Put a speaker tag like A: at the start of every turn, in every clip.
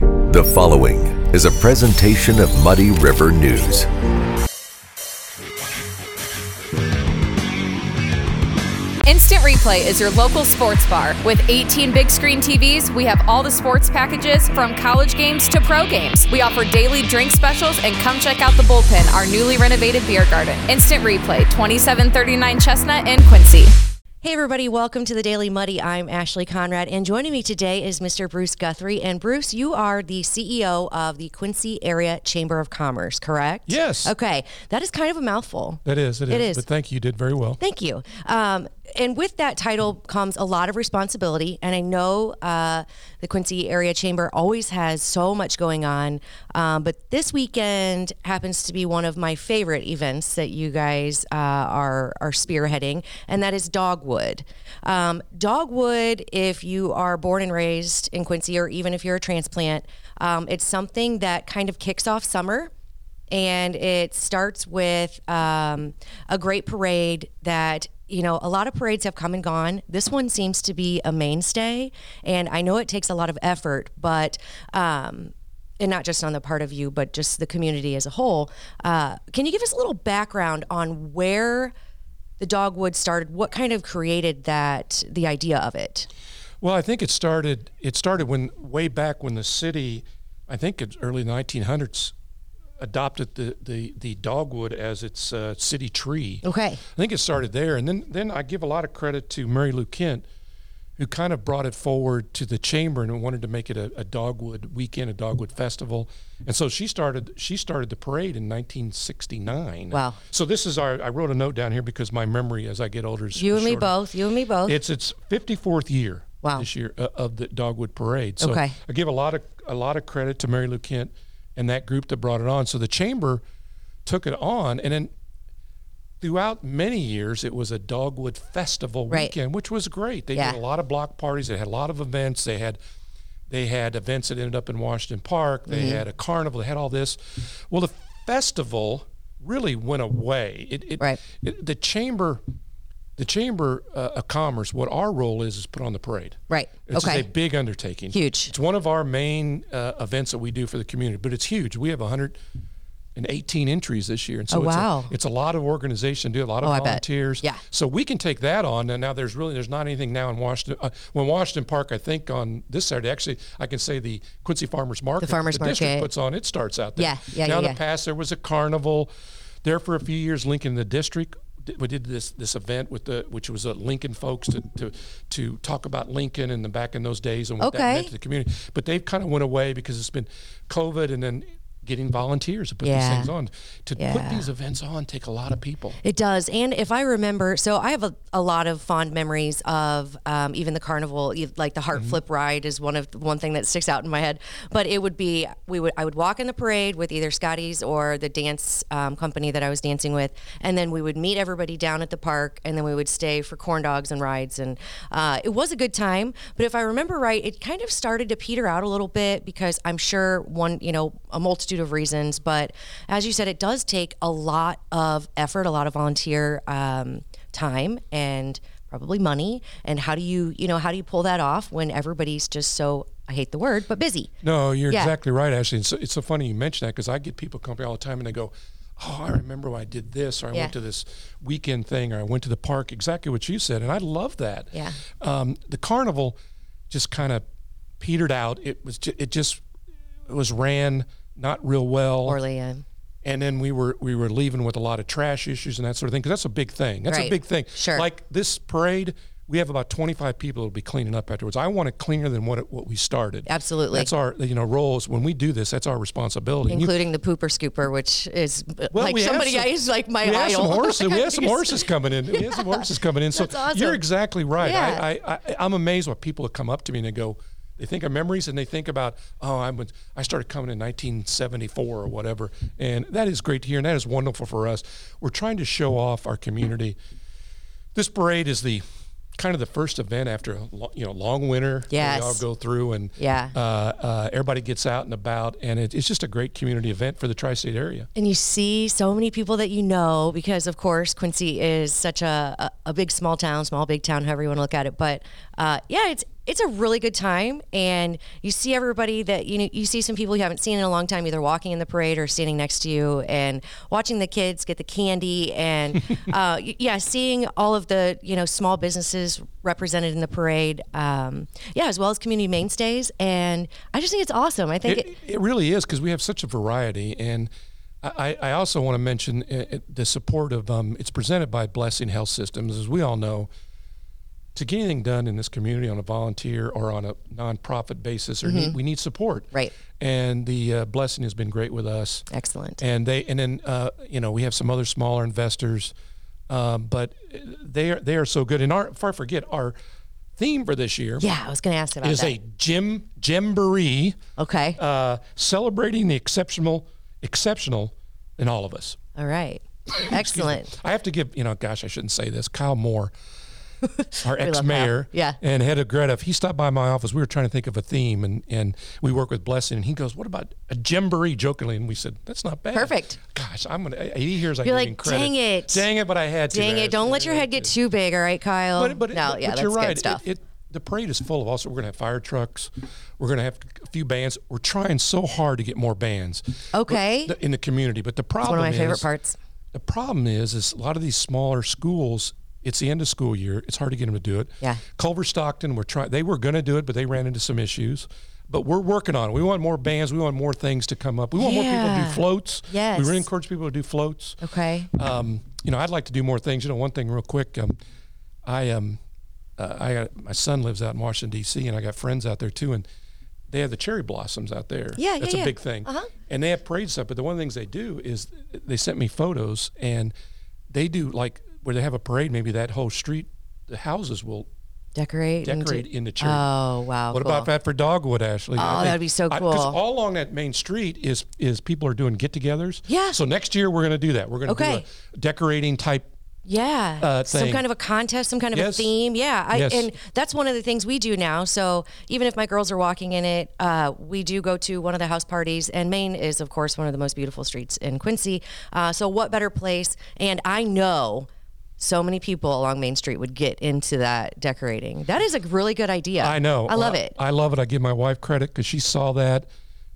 A: The following is a presentation of Muddy River News.
B: Instant Replay is your local sports bar. With 18 big screen TVs, we have all the sports packages from college games to pro games. We offer daily drink specials and come check out the bullpen, our newly renovated beer garden. Instant Replay, 2739 Chestnut in Quincy.
C: Hey, everybody, welcome to the Daily Muddy. I'm Ashley Conrad, and joining me today is Mr. Bruce Guthrie. And Bruce, you are the CEO of the Quincy Area Chamber of Commerce, correct?
D: Yes.
C: Okay, that is kind of a mouthful.
D: That is, it,
C: It
D: is.
C: is.
D: But thank you. You did very well.
C: Thank you. Um, and with that title comes a lot of responsibility. And I know uh, the Quincy Area Chamber always has so much going on. Um, but this weekend happens to be one of my favorite events that you guys uh, are, are spearheading, and that is Dogwood. Um, Dogwood, if you are born and raised in Quincy, or even if you're a transplant, um, it's something that kind of kicks off summer and it starts with um, a great parade that you know a lot of parades have come and gone this one seems to be a mainstay and i know it takes a lot of effort but um, and not just on the part of you but just the community as a whole uh, can you give us a little background on where the dogwood started what kind of created that the idea of it
D: Well, I think it started. It started when way back when the city, I think it's early 1900s, adopted the the, the dogwood as its uh, city tree.
C: Okay.
D: I think it started there, and then then I give a lot of credit to Mary Lou Kent, who kind of brought it forward to the chamber and wanted to make it a, a dogwood weekend, a dogwood festival, and so she started she started the parade in 1969.
C: Wow.
D: So this is our. I wrote a note down here because my memory as I get older is
C: you and me
D: shorter.
C: both you and me both
D: It's its 54th year.
C: Wow.
D: This year uh, of the Dogwood Parade. So
C: Okay.
D: I give a lot of a lot of credit to Mary Lou Kent and that group that brought it on. So the chamber took it on, and then throughout many years it was a Dogwood Festival
C: Right.
D: weekend, which was great. They
C: Yeah.
D: did a lot of block parties. They had a lot of events. They had they had events that ended up in Washington Park. They
C: Mm-hmm.
D: had a carnival. They had all this. Well, the festival really went away. It, it,
C: Right.
D: it- the chamber, the chamber uh, of commerce. What our role is is put on the parade.
C: Right.
D: It's
C: Okay.
D: a big undertaking.
C: Huge.
D: It's one of our main uh, events that we do for the community, but it's huge. We have 118 entries this year, and so
C: Oh,
D: it's,
C: wow.
D: a, it's a lot of organization, do a lot of
C: Oh, I bet.
D: volunteers.
C: Yeah.
D: So we can take that on. And now there's really there's not anything now in Washington. Uh, when Washington Park, I think on this Saturday, actually, I can say the Quincy Farmers Market,
C: farmers
D: the district
C: market.
D: puts on. It starts out there.
C: Yeah, yeah,
D: Now
C: yeah,
D: in the
C: yeah.
D: past there was a carnival. There for a few years, Lincoln the district. di- We did this this event with the which was uh, Lincoln folks to, to to talk about Lincoln and the back in those days and what that
C: Okay.
D: meant to the community. But they've kind of went away because it's been COVID and then getting volunteers to put
C: Yeah.
D: these things on. To
C: Yeah.
D: put these events on take a lot of people.
C: It does. And if I remember, so I have a, a lot of fond memories of um, even the carnival, e- like the heart flip ride is one of one thing that sticks out in my head. But it would be, we would, I would walk in the parade with either Scotty's or the dance um, company that I was dancing with. And then we would meet everybody down at the park and then we would stay for corn dogs and rides. And uh, it was a good time. But if I remember right, it kind of started to peter out a little bit because I'm sure one, you know, a multitude of reasons. But as you said, it does take a lot of effort, a lot of volunteer um, time, and probably money. And how do you, you know, how do you pull that off when everybody's just so, I hate the word, but busy?
D: No, you're
C: Yeah.
D: exactly right, Ashley. It's so, it's so funny you mention that because I get people come to me all the time and they go, "Oh, I remember when I did this, or I
C: Yeah.
D: went to this weekend thing, or I went to the park." Exactly what you said, and I love that.
C: Yeah.
D: Um, the carnival just kind of petered out. It was ju- it just it was ran not real well.
C: Poorly, um,
D: and then we were we were leaving with a lot of trash issues and that sort of thing because that's a big thing. That's
C: Right.
D: a big thing.
C: Sure.
D: Like this parade, we have about 25 people that'll be cleaning up afterwards. I want it cleaner than what it, what we started.
C: Absolutely.
D: That's our you know roles when we do this. That's our responsibility. And you-
C: including the pooper scooper, which is uh,
D: well,
C: like
D: we have
C: somebody
D: some-
C: I is like my
D: we
C: idol.
D: Have some horses,
C: Like,
D: we
C: I'm
D: have some
C: just-
D: horses coming in. We have some horses coming in. So
C: That's awesome.
D: you're exactly right.
C: Yeah.
D: I, I, I, I'm amazed what people have come up to me and they go, they think of memories and they think about, oh, I was, I started coming in 1974 or whatever. And that is great to hear. And that is wonderful for us. We're trying to show off our community. This parade is the kind of the first event after a lo- you know long winter.
C: Yes.
D: We all go through and
C: Yeah.
D: uh, uh, everybody gets out and about. And it, it's just a great community event for the tri-state area.
C: and you see so many people that you know because of course quincy is such a, a, a big small town small big town however you want to look at it but uh, yeah it's it's a really good time, and you see everybody that you know. You see some people you haven't seen in a long time, either walking in the parade or standing next to you, and watching the kids get the candy, and uh, y- yeah, seeing all of the you know small businesses represented in the parade. Um, yeah, as well as community mainstays, and I just think it's awesome. I think it,
D: It, it really is because we have such a variety, and I, I I also want to mention uh, uh, the support of um, it's presented by Blessing Health Systems, as we all know. To get anything done in this community on a volunteer or on a nonprofit basis, or need, we need support.
C: Mm-hmm. Right.
D: And the uh, blessing has been great with us.
C: excellent.
D: And they and then uh, you know we have some other smaller investors, um, but they are they are so good. And our far forget our theme for this year
C: yeah, I was going to ask about
D: is
C: that.
D: a gym jamboree
C: okay,
D: uh, celebrating the exceptional, exceptional in all of us.
C: all right, excellent.
D: I have to give, you know, gosh, I shouldn't say this. Kyle Moore, our ex mayor
C: Yeah.
D: and head of Greta, he stopped by my office. We were trying to think of a theme, and, and we work with Blessing, and he goes, What about a jamboree? jokingly. And we said, That's not bad.
C: Perfect.
D: Gosh, I'm going to, he hears I
C: You're
D: give
C: like,
D: him credit.
C: "Dang it."
D: Dang it, but I had to.
C: Dang
D: I
C: it!
D: had
C: Don't
D: to.
C: let your head get too big, all right, Kyle?
D: But, but,
C: no,
D: but,
C: yeah,
D: but
C: that's
D: you're right.
C: good stuff.
D: It, it, the parade is full of also. We're going to have fire trucks. We're going to have a few bands. We're trying so hard to get more bands.
C: Okay.
D: But- in the community, but the
C: one
D: problem
C: of my favorite
D: is-
C: parts.
D: The problem is, is a lot of these smaller schools. It's the end of school year. It's hard to get them to do it.
C: Yeah.
D: Culver Stockton, we're trying. They were going to do it, but they ran into some issues. But we're working on it. We want more bands. We want more things to come up. We want more people to
C: Yeah.
D: do floats.
C: Yes.
D: We really encourage people to do floats
C: Okay.
D: um, you know, I'd like to do more things. You know, one thing real quick, um, I um, uh, I got my son lives out in Washington D.C. and I got friends out there too, and they have the cherry blossoms out there.
C: Yeah, yeah,
D: that's
C: yeah.
D: a big thing.
C: Uh-huh.
D: And they have parade stuff. But the one of the things they do is they sent me photos, and they do like where they have a parade. Maybe that whole street, the houses will
C: Decorate. and do-
D: decorate in the cherry.
C: Oh wow.
D: What
C: cool.
D: about that for Dogwood, Ashley?
C: Oh,
D: I
C: that'd
D: think-
C: be so
D: I- 'cause
C: cool.
D: all along that main street is is people are doing get-togethers.
C: Yeah.
D: So next year we're going to do that. We're going to
C: Okay.
D: do a decorating type.
C: Yeah.
D: uh,
C: some
D: thing.
C: kind of a contest, some kind of
D: Yes.
C: a theme. Yeah. I,
D: Yes.
C: And that's one of the things we do now. So even if my girls are walking in it, uh, we do go to one of the house parties. And Maine is, of course, one of the most beautiful streets in Quincy. Uh, so what better place? And I know. So many people along Main Street would get into that decorating. That is a really good idea.
D: I know. Uh,
C: I love
D: Well,
C: it.
D: I love it. I give my wife credit because she saw that.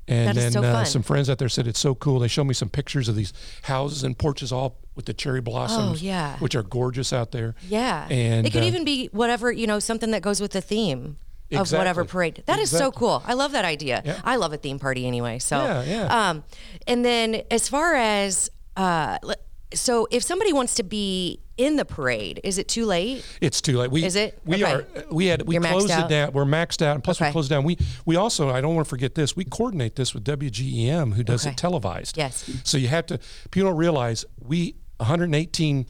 D: And
C: That is
D: then
C: so
D: uh,
C: fun.
D: some friends out there said it's so cool. They showed me some pictures of these houses and porches all with the cherry blossoms,
C: Oh, yeah.
D: which are gorgeous out there.
C: Yeah.
D: And
C: it could
D: uh,
C: even be whatever, you know, something that goes with the theme of whatever
D: Exactly.
C: parade. That is so
D: Exactly.
C: cool. I love that idea.
D: Yeah.
C: I love a theme party anyway. So,
D: Yeah, yeah.
C: um, and then as far as, uh, le- so if somebody wants to be in the parade, is it too late?
D: It's too late. We
C: Is it?
D: We
C: Okay.
D: are. We had. We
C: You're maxed
D: closed
C: out?
D: it down. We're maxed out, and plus
C: Okay.
D: we closed down. We we also. I don't want to forget this. We coordinate this with WGEM, who does
C: Okay.
D: it televised.
C: Yes.
D: So you have to. People don't realize we 118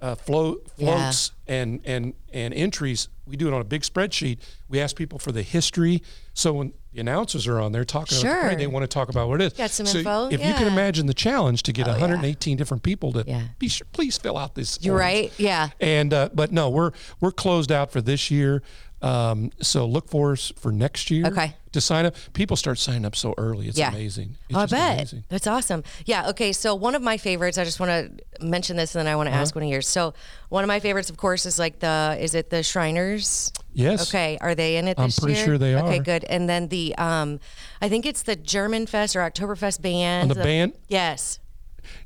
D: uh, flow,
C: Yeah.
D: floats and and and entries. We do it on a big spreadsheet. We ask people for the history. So when the announcers are on there talking about
C: Sure.
D: the parade, they want to talk about what it is.
C: Got some
D: so
C: info?
D: If you can
C: Yeah. Oh,
D: imagine the challenge to get 118 different people to
C: Yeah.
D: be sure, please fill out this.
C: You're
D: forms.
C: right. Yeah.
D: And uh, but no, we're we're closed out for this year. Um, so look for us for next year.
C: Okay.
D: To sign up, people start signing up so early. It's
C: Yeah. Oh,
D: amazing. It's
C: I
D: just
C: bet.
D: amazing.
C: That's awesome. Yeah. Okay. So one of my favorites, I just want to mention this and then I want to
D: Uh-huh.
C: ask one of yours. So one of my favorites, of course, is like the, is it the Shriners?
D: Yes.
C: Okay. Are they in it
D: I'm
C: this
D: pretty
C: year?
D: sure they
C: Okay,
D: are.
C: good. And then the, um, I think it's the German Fest or Oktoberfest band.
D: the band?
C: Yes.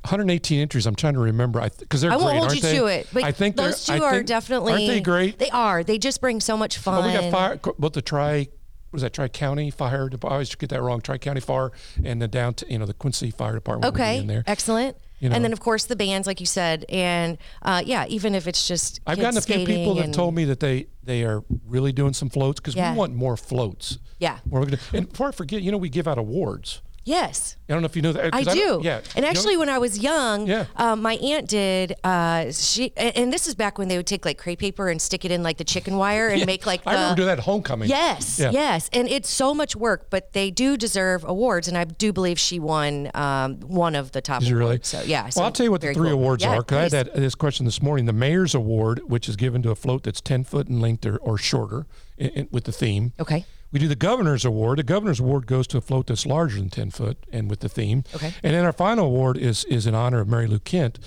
D: 118 entries. I'm trying to remember. I because they're
C: I won't
D: great,
C: hold
D: aren't
C: you
D: they?
C: to it, but
D: I think they're-
C: those two
D: I
C: are
D: think-
C: definitely.
D: Aren't they great?
C: They are. They just bring so much fun.
D: Oh, we got fire. Both the tri was that tri county fire department. I always get that wrong. Tri county fire and the downtown. You know the Quincy fire department. would be
C: Okay.
D: In there.
C: Excellent.
D: know.
C: And then of course the bands, like you said, and uh, yeah, even if it's just
D: I've
C: kids
D: gotten a few
C: skating
D: people that
C: and-
D: told me that they they are really doing some floats because
C: Yeah.
D: we want more floats.
C: Yeah.
D: We're gonna, and before I forget, you know we give out awards.
C: Yes.
D: I don't know if you know that.
C: I
D: 'cause
C: do.
D: don't- Yeah.
C: And
D: You
C: actually,
D: know-
C: when I was young,
D: Yeah.
C: um, my aunt did. Uh, she and and this is back when they would take like crepe paper and stick it in like the chicken wire and make like the.
D: I remember doing that at homecoming.
C: uh, Yes,
D: Yeah.
C: yes, and it's so much work, but they do deserve awards, and I do believe she won um, one of the top.
D: Did you really?
C: awards. So yeah.
D: Well,
C: so
D: I'll tell you what the
C: very
D: three
C: cool.
D: awards
C: Yeah,
D: are. 'cause I had
C: please.
D: that this question this morning. The mayor's award, which is given to a float that's ten foot in length or, or shorter, i- i- with the theme.
C: Okay.
D: We do the governor's award. The governor's award goes to a float that's larger than ten foot, and with the theme.
C: Okay.
D: And then our final award is is in honor of Mary Lou Kent.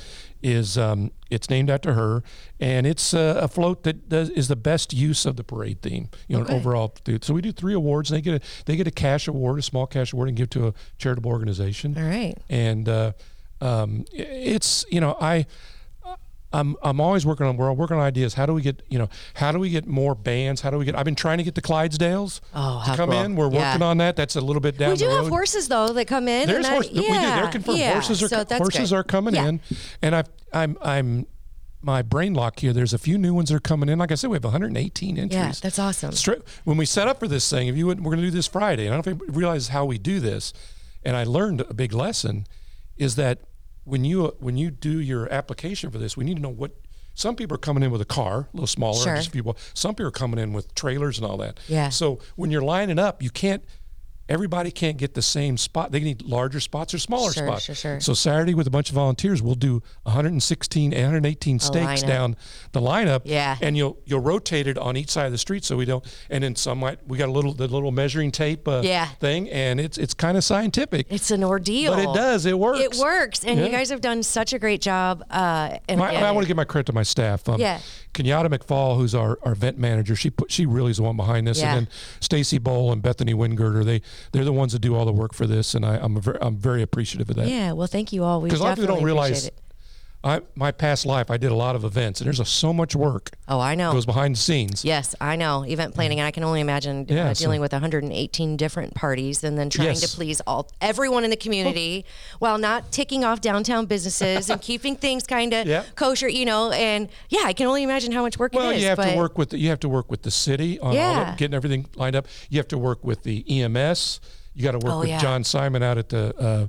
D: Is um, it's named after her, and it's a, a float that does, is the best use of the parade theme. You know, an
C: Okay.
D: overall. th- So we do three awards, and they get a they get a cash award, a small cash award, and give to a charitable organization.
C: All right.
D: And uh, um, i- it's you know I. I'm, I'm always working on we're working on ideas. How do we get you know how do we get more bands? How do we get? I've been trying to get the Clydesdales
C: Oh,
D: to
C: how
D: come
C: cool.
D: in. We're
C: Yeah.
D: working on that. That's a little bit down
C: We do
D: the road.
C: have horses though that come in.
D: There's
C: and I-
D: horse, we do. They're confirmed.
C: yeah.
D: horses are
C: so that's
D: horses
C: good.
D: are coming
C: Yeah.
D: in, and I've I'm I'm my brain lock here. There's a few new ones that are coming in. Like I said, we have 118 entries.
C: that's awesome.
D: Stra- when we set up for this thing, if you would, we're going to do this Friday, and I don't think people realize how we do this. And I learned a big lesson is that when you when you do your application for this, we need to know what. Some people are coming in with a car, a little smaller,
C: Sure.
D: just a few people. Some people are coming in with trailers and all that.
C: Yeah.
D: So when you're lining up, you can't. Everybody can't get the same spot. They need larger spots or smaller
C: Sure,
D: spots.
C: sure, sure.
D: So Saturday with a bunch of volunteers, we'll do 116 and 118 stakes
C: lineup.
D: down the lineup.
C: Yeah.
D: And you'll you'll rotate it on each side of the street so we don't. And then some might we got a little the little measuring tape uh,
C: Yeah.
D: thing, and it's it's kind of scientific.
C: It's an ordeal,
D: But it does. It works.
C: It works, and you
D: Yeah.
C: guys have done such a great job. Uh, and
D: My, I want to give my credit to my staff. Um,
C: Yeah.
D: Kenyatta McFall, who's our, our event manager, she put she really is the one behind this,
C: Yeah.
D: and then Stacy Bowl and Bethany Wingirder, they they're the ones that do all the work for this, and I, I'm very, I'm very appreciative of that.
C: yeah, well, thank you all. We
D: Because a lot of
C: definitely
D: people don't realize,
C: appreciate it.
D: I my past life I did a lot of events, and there's a, so much work
C: Oh, I know.
D: goes behind the scenes.
C: Yes, I know. Event planning, and I can only imagine
D: Yeah,
C: uh,
D: so-
C: dealing with 118 different parties and then trying
D: Yes.
C: to please all everyone in the community while not ticking off downtown businesses and keeping things kind of
D: Yeah.
C: kosher, you know. And yeah, I can only imagine how much work
D: Well,
C: it is.
D: you have
C: but-
D: to work with the, you have to work with the city on all
C: Yeah.
D: of, getting everything lined up. You have to work with the EMS. You got to work
C: Oh,
D: with
C: yeah.
D: John Simon out at the uh,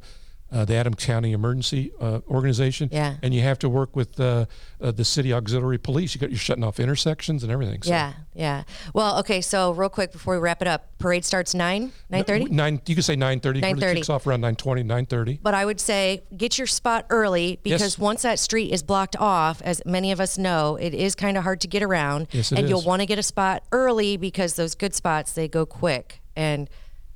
D: uh, the Adams County Emergency uh, Organization.
C: Yeah.
D: and you have to work with uh, uh, the city auxiliary police. You got you're shutting off intersections and everything. So.
C: Yeah, yeah. Well, okay. So real quick before we wrap it up, parade starts nine, nine thirty.
D: Nine. You could say nine thirty. Really
C: 9:30.
D: kicks off around 9:20, 9:30.
C: But I would say get your spot early because
D: Yes.
C: once that street is blocked off, as many of us know, it is kind of hard to get around.
D: Yes, it
C: and you'll
D: is.
C: want to get a spot early because those good spots they go quick. And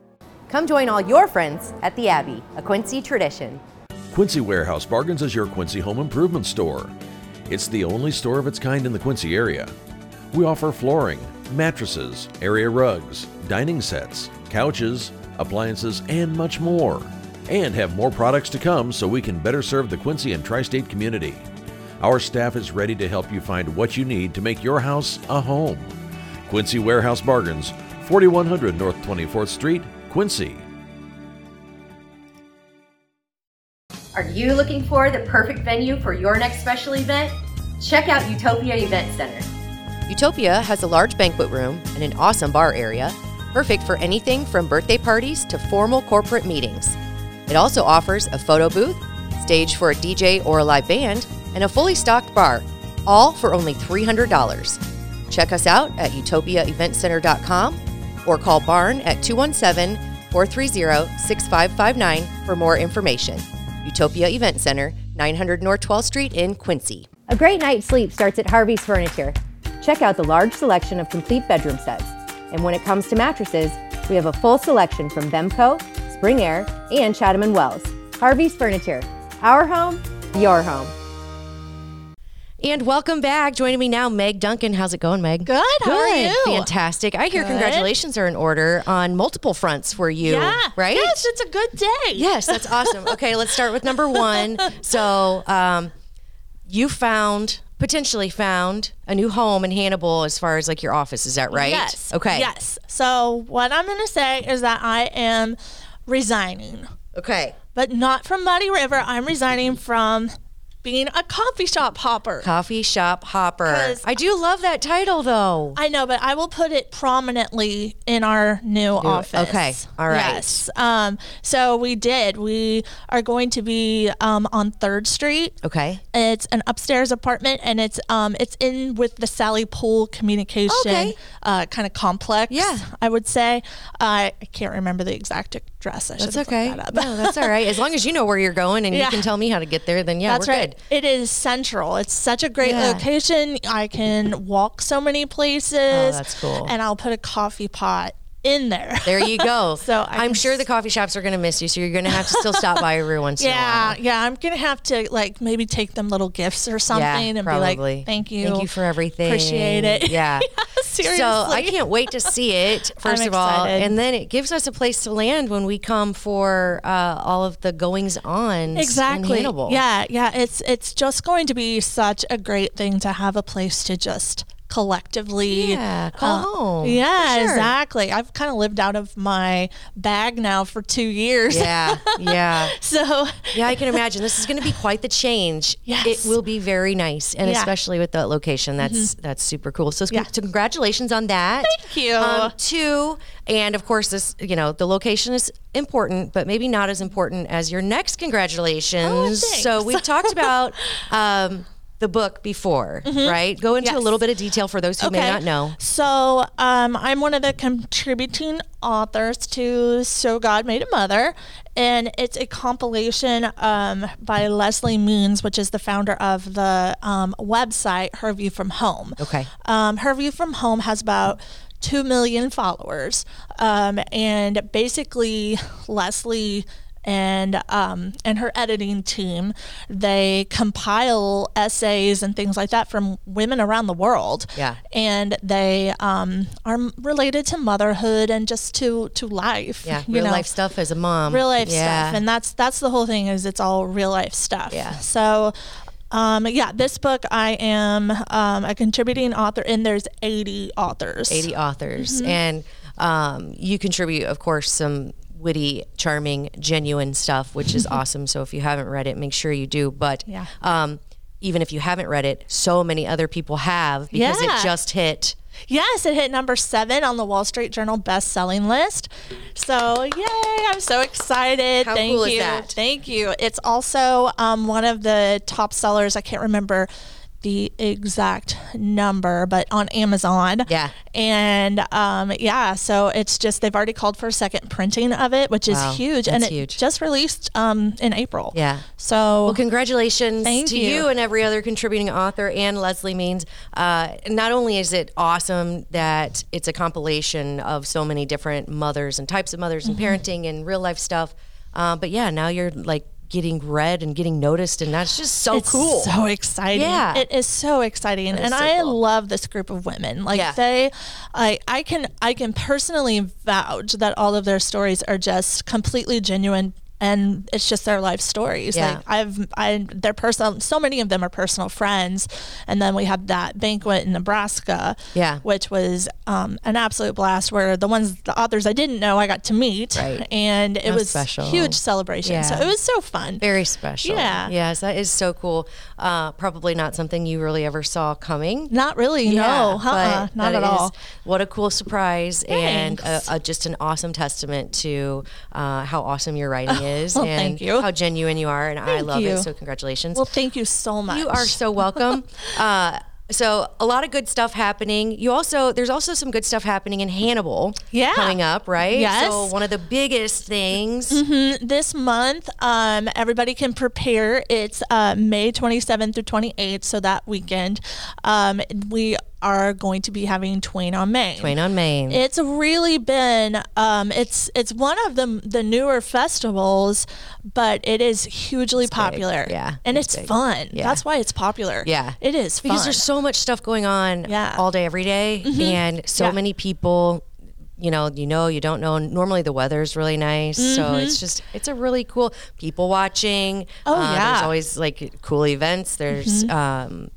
E: Come join all your friends at the Abbey, a Quincy tradition.
F: Quincy Warehouse Bargains is your Quincy home improvement store. It's the only store of its kind in the Quincy area. We offer flooring, mattresses, area rugs, dining sets, couches, appliances, and much more. And have more products to come so we can better serve the Quincy and tri state community. Our staff is ready to help you find what you need to make your house a home. Quincy Warehouse Bargains, 4100 North 24th Street, Quincy.
E: Are you looking for the perfect venue for your next special event? Check out Utopia Event Center.
C: Utopia has a large banquet room and an awesome bar area, perfect for anything from birthday parties to formal corporate meetings. It also offers a photo booth, stage for a DJ or a live band, and a fully stocked bar, all for only $300. Check us out at utopiaeventcenter.com or call Barn at 217 430 6559 for more information. Utopia Event Center, 900 North 12th Street in Quincy.
E: A great night's sleep starts at Harvey's Furniture. Check out the large selection of complete bedroom sets. And when it comes to mattresses, we have a full selection from Bemco, Spring Air, and Chatham and Wells. Harvey's Furniture. Our home, your home.
C: And welcome back. Joining me now, Meg Duncan. How's it going, Meg?
G: Good. How are you?
C: Fantastic. I hear
G: Good.
C: congratulations are in order on multiple fronts for you.
G: Yeah.
C: Right?
G: Yes, it's a good day.
C: Yes, that's awesome. Okay, let's start with number one. So, um, you found potentially found a new home in Hannibal as far as like your office. Is that right?
G: Yes.
C: Okay.
G: Yes. So what I'm going to say is that I am resigning,
C: Okay.
G: but not from Muddy River. I'm resigning from being a coffee shop hopper.
C: Coffee shop hopper.
G: 'Cause-
C: I do love that title though.
G: I know, but I will put it prominently in our new office.
C: okay. All right.
G: Yes. Um, so we did. We are going to be um, on Third Street.
C: Okay.
G: It's an upstairs apartment, and it's um, it's in with the Sally Pool communication
C: Okay.
G: uh, kind of complex.
C: Yeah.
G: I would say. Uh, I can't remember the exact address. I should
C: That's
G: have
C: okay.
G: looked that up.
C: No, that's all right. As long as you know where you're going and you
G: Yeah.
C: can tell me how to get there, then yeah,
G: That's
C: we're
G: right.
C: good.
G: It is central. It's such a great
C: Yeah.
G: location. I can walk so many places. Oh,
C: that's cool.
G: And I'll put a coffee pot in there.
C: There you go.
G: So I
C: I'm
G: can
C: sure the
G: s-
C: coffee shops are going to miss you, so you're going to have to still stop by every once in a
G: yeah,
C: while.
G: yeah. I'm gonna have to like maybe take them little gifts or something and be
C: probably.
G: like, "Thank you,
C: Thank you for everything.
G: appreciate it."
C: Yeah.
G: seriously.
C: So I can't wait to see it, 1st
G: I'm
C: of all.
G: excited.
C: And then it gives us a place to land when we come for uh, all of the goings on.
G: exactly.
C: In Hannibal.
G: Yeah, yeah. It's it's just going to be such a great thing to have a place to just collectively uh,
C: Yeah, call home.
G: Yeah,
C: Sure.
G: exactly. I've kind of lived out of my bag now for two years.
C: Yeah. Yeah.
G: So
C: Yeah, I can imagine. This is going to be quite the change.
G: Yes.
C: It will be very nice, and
G: Yeah. Mm-hmm.
C: especially with that location, that's that's super cool. So,
G: Yeah.
C: so congratulations on that.
G: Thank you.
C: Um, two, and of course, this you know the location is important, but maybe not as important as your next congratulations.
G: Oh, thanks.
C: so we've talked about. Um, the book before, right? Go into a
G: Mm-hmm. Yes.
C: little bit of detail for those who may not know.
G: So um, I'm one of the contributing authors to So God Made a Mother, and it's a compilation um, by Leslie Moons, which is the founder of the um, website Her View from Home.
C: Okay.
G: Um, Her View from Home has about 2 million followers. Um, and basically, Leslie and um, and her editing team they compile essays and things like that from women around the world
C: Yeah.
G: and they um, are m- related to motherhood and just to to life
C: Yeah,
G: you
C: real
G: know?
C: life stuff as a mom.
G: real life
C: Um, Yeah.
G: stuff and that's that's the whole thing is it's all real life stuff
C: Yeah.
G: so um, yeah this book i am um, a contributing author and there's 80 authors
C: 80 authors
G: Mm-hmm.
C: and um, you contribute of course some witty charming genuine stuff which is awesome so if you haven't read it make sure you do but
G: Mm-hmm. Yeah.
C: um, even if you haven't read it so many other people have because
G: Yeah.
C: it just hit
G: yes it hit number seven on the wall street journal best-selling list so yay i'm so excited
C: How
G: thank
C: cool is
G: you
C: that?
G: thank you it's also um, one of the top sellers i can't remember the exact number but on amazon
C: Yeah.
G: and um, yeah so it's just they've already called for a second printing of it which is
C: Wow,
G: huge and
C: that's
G: it
C: huge.
G: just released um, in april
C: Yeah.
G: so
C: Well, congratulations
G: Thank
C: to you.
G: you.
C: and every other contributing author and Leslie Means. Uh, not only is it awesome that it's a compilation of so many different mothers and types of mothers
G: Mm-hmm.
C: and parenting and real life stuff, uh, but yeah, now you're like getting read and getting noticed, and that's just so
G: it's
C: cool.
G: So exciting.
C: Yeah.
G: It is so exciting. and
C: so
G: I
C: cool.
G: love this group of women. Like
C: Yeah.
G: they I I can I can personally vouch that all of their stories are just completely genuine and it's just their life stories.
C: Yeah.
G: Like I've I their personal so many of them are personal friends. And then we had that banquet in Nebraska.
C: Yeah.
G: Which was um, an absolute blast. Where the ones, the authors I didn't know, I got to meet,
C: Right.
G: and it
C: How
G: was
C: special.
G: huge celebration. So
C: Yeah.
G: it was so fun.
C: Very special.
G: Yeah.
C: Yes, that is so cool. Uh, probably not something you really ever saw coming.
G: Not really, no,
C: Yeah,
G: uh-uh,
C: but
G: not
C: that
G: at
C: is-
G: all.
C: What a cool surprise and
G: Thanks.
C: a, a, just an awesome testament to uh, how awesome your writing is
G: well,
C: and
G: Oh, thank you.
C: how genuine you are. And I
G: Thank
C: love
G: you.
C: it. So congratulations.
G: Well, thank you so much.
C: You are so welcome. uh, so a lot of good stuff happening. You also there's also some good stuff happening in Hannibal.
G: Yeah.
C: coming up, right?
G: Yes.
C: So one of the biggest things.
G: this month. Um, everybody can prepare. It's uh, May 27th through 28th, so that weekend. Um, we are going to be having Twain on Main.
C: Twain on Main.
G: It's really been um, it's it's one of the the newer festivals, but it is hugely popular.
C: Yeah,
G: and
C: it's
G: it's,
C: big.
G: fun.
C: Yeah.
G: That's why it's popular.
C: Yeah.
G: it is fun.
C: because there's so much stuff going on
G: Yeah. Mm-hmm.
C: all day every day, and so
G: Yeah.
C: many people you know you know you don't know normally the weather's really nice so
G: Mm-hmm.
C: it's just it's a really cool people watching oh there's
G: yeah. Mm-hmm.
C: always like cool events there's um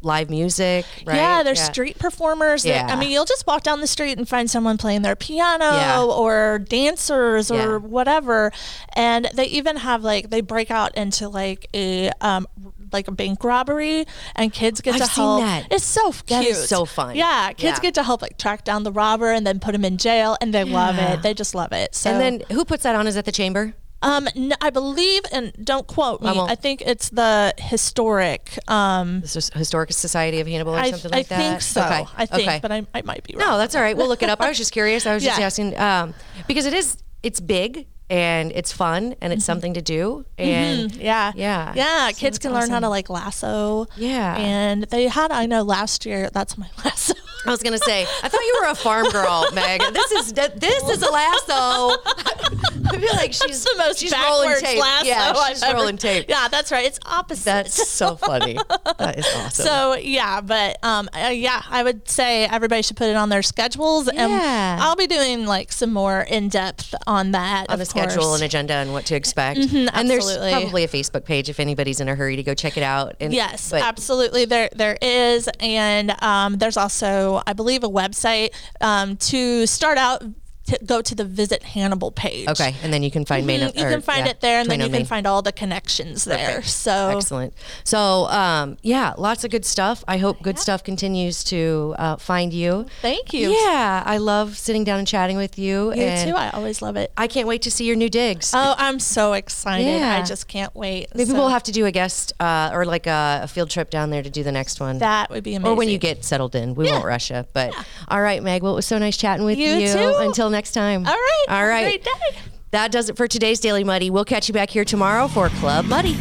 C: live music right
G: Yeah, there's street performers. That,
C: Yeah.
G: I mean, you'll just walk down the street and find someone playing their piano
C: Yeah.
G: or dancers or
C: Yeah.
G: whatever. And they even have like they break out into like a um like a bank robbery, and kids get
C: I've
G: to
C: seen
G: help.
C: that.
G: It's so cute.
C: That is so fun.
G: Yeah, kids
C: Yeah.
G: get to help like track down the robber and then put him in jail, and they love it. They just love it. So
C: and then who puts that on is that the chamber
G: um, n- I believe, and don't quote me.
C: won't.
G: I think it's the historic. Um,
C: this is historic society of hannibal or
G: I,
C: something
G: I
C: like that
G: think so.
C: Okay.
G: I think,
C: okay.
G: but I, I might be wrong.
C: No, that's all right. We'll look it up. I was just curious. I was just
G: Yeah.
C: asking um, because it is it's big and it's fun and it's something to do and
G: Mm-hmm. Yeah.
C: Yeah.
G: Yeah.
C: So
G: Kids
C: that's
G: can learn how to like lasso.
C: Yeah.
G: And they had, I know last year, that's my lasso.
C: I was gonna say I thought you were a farm girl, Meg. This is this is a lasso. I feel like she's
G: the most
C: she's rolling
G: backwards
C: tape.
G: lasso
C: yeah,
G: I've
C: she's
G: ever-
C: rolling tape.
G: Yeah, that's right. It's opposite.
C: That's so funny. That is awesome.
G: so yeah, but um, uh, yeah, I would say everybody should put it on their schedules, and
C: Yeah.
G: I'll be doing like some more in depth on that
C: on the
G: of
C: schedule
G: course. Mm-hmm,
C: and agenda and what to expect. and there's
G: absolutely.
C: probably a Facebook page if anybody's in a hurry to go check it out. And,
G: Yes,
C: but
G: absolutely. There, there is, and um, there's also, I believe, a website um, to start out. To go to the Visit Hannibal page.
C: Okay, and then you can find Main.
G: Mm-hmm, You can find it there, and then you can
C: find.
G: find all the connections there. So
C: Excellent. So, um, yeah, lots of good stuff. I hope good stuff continues to uh, find you.
G: Thank you.
C: Yeah, I love sitting down and chatting with you.
G: you
C: and
G: too. I always love it.
C: I can't wait to see your new digs.
G: oh, I'm so excited!
C: Yeah.
G: I just can't wait.
C: Maybe
G: So
C: we'll have to do a guest uh, or like a, a field trip down there to do the next one.
G: that would be amazing.
C: or when you get settled in, we won't rush you. But all right, Meg. Well, it was so nice chatting with you.
G: You too.
C: Until next time.
G: all right,
C: All right.
G: Have a great day.
C: That does it for today's Daily Muddy. We'll catch you back here tomorrow for Club Muddy.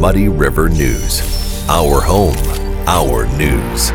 A: Muddy River News. Our home, our news.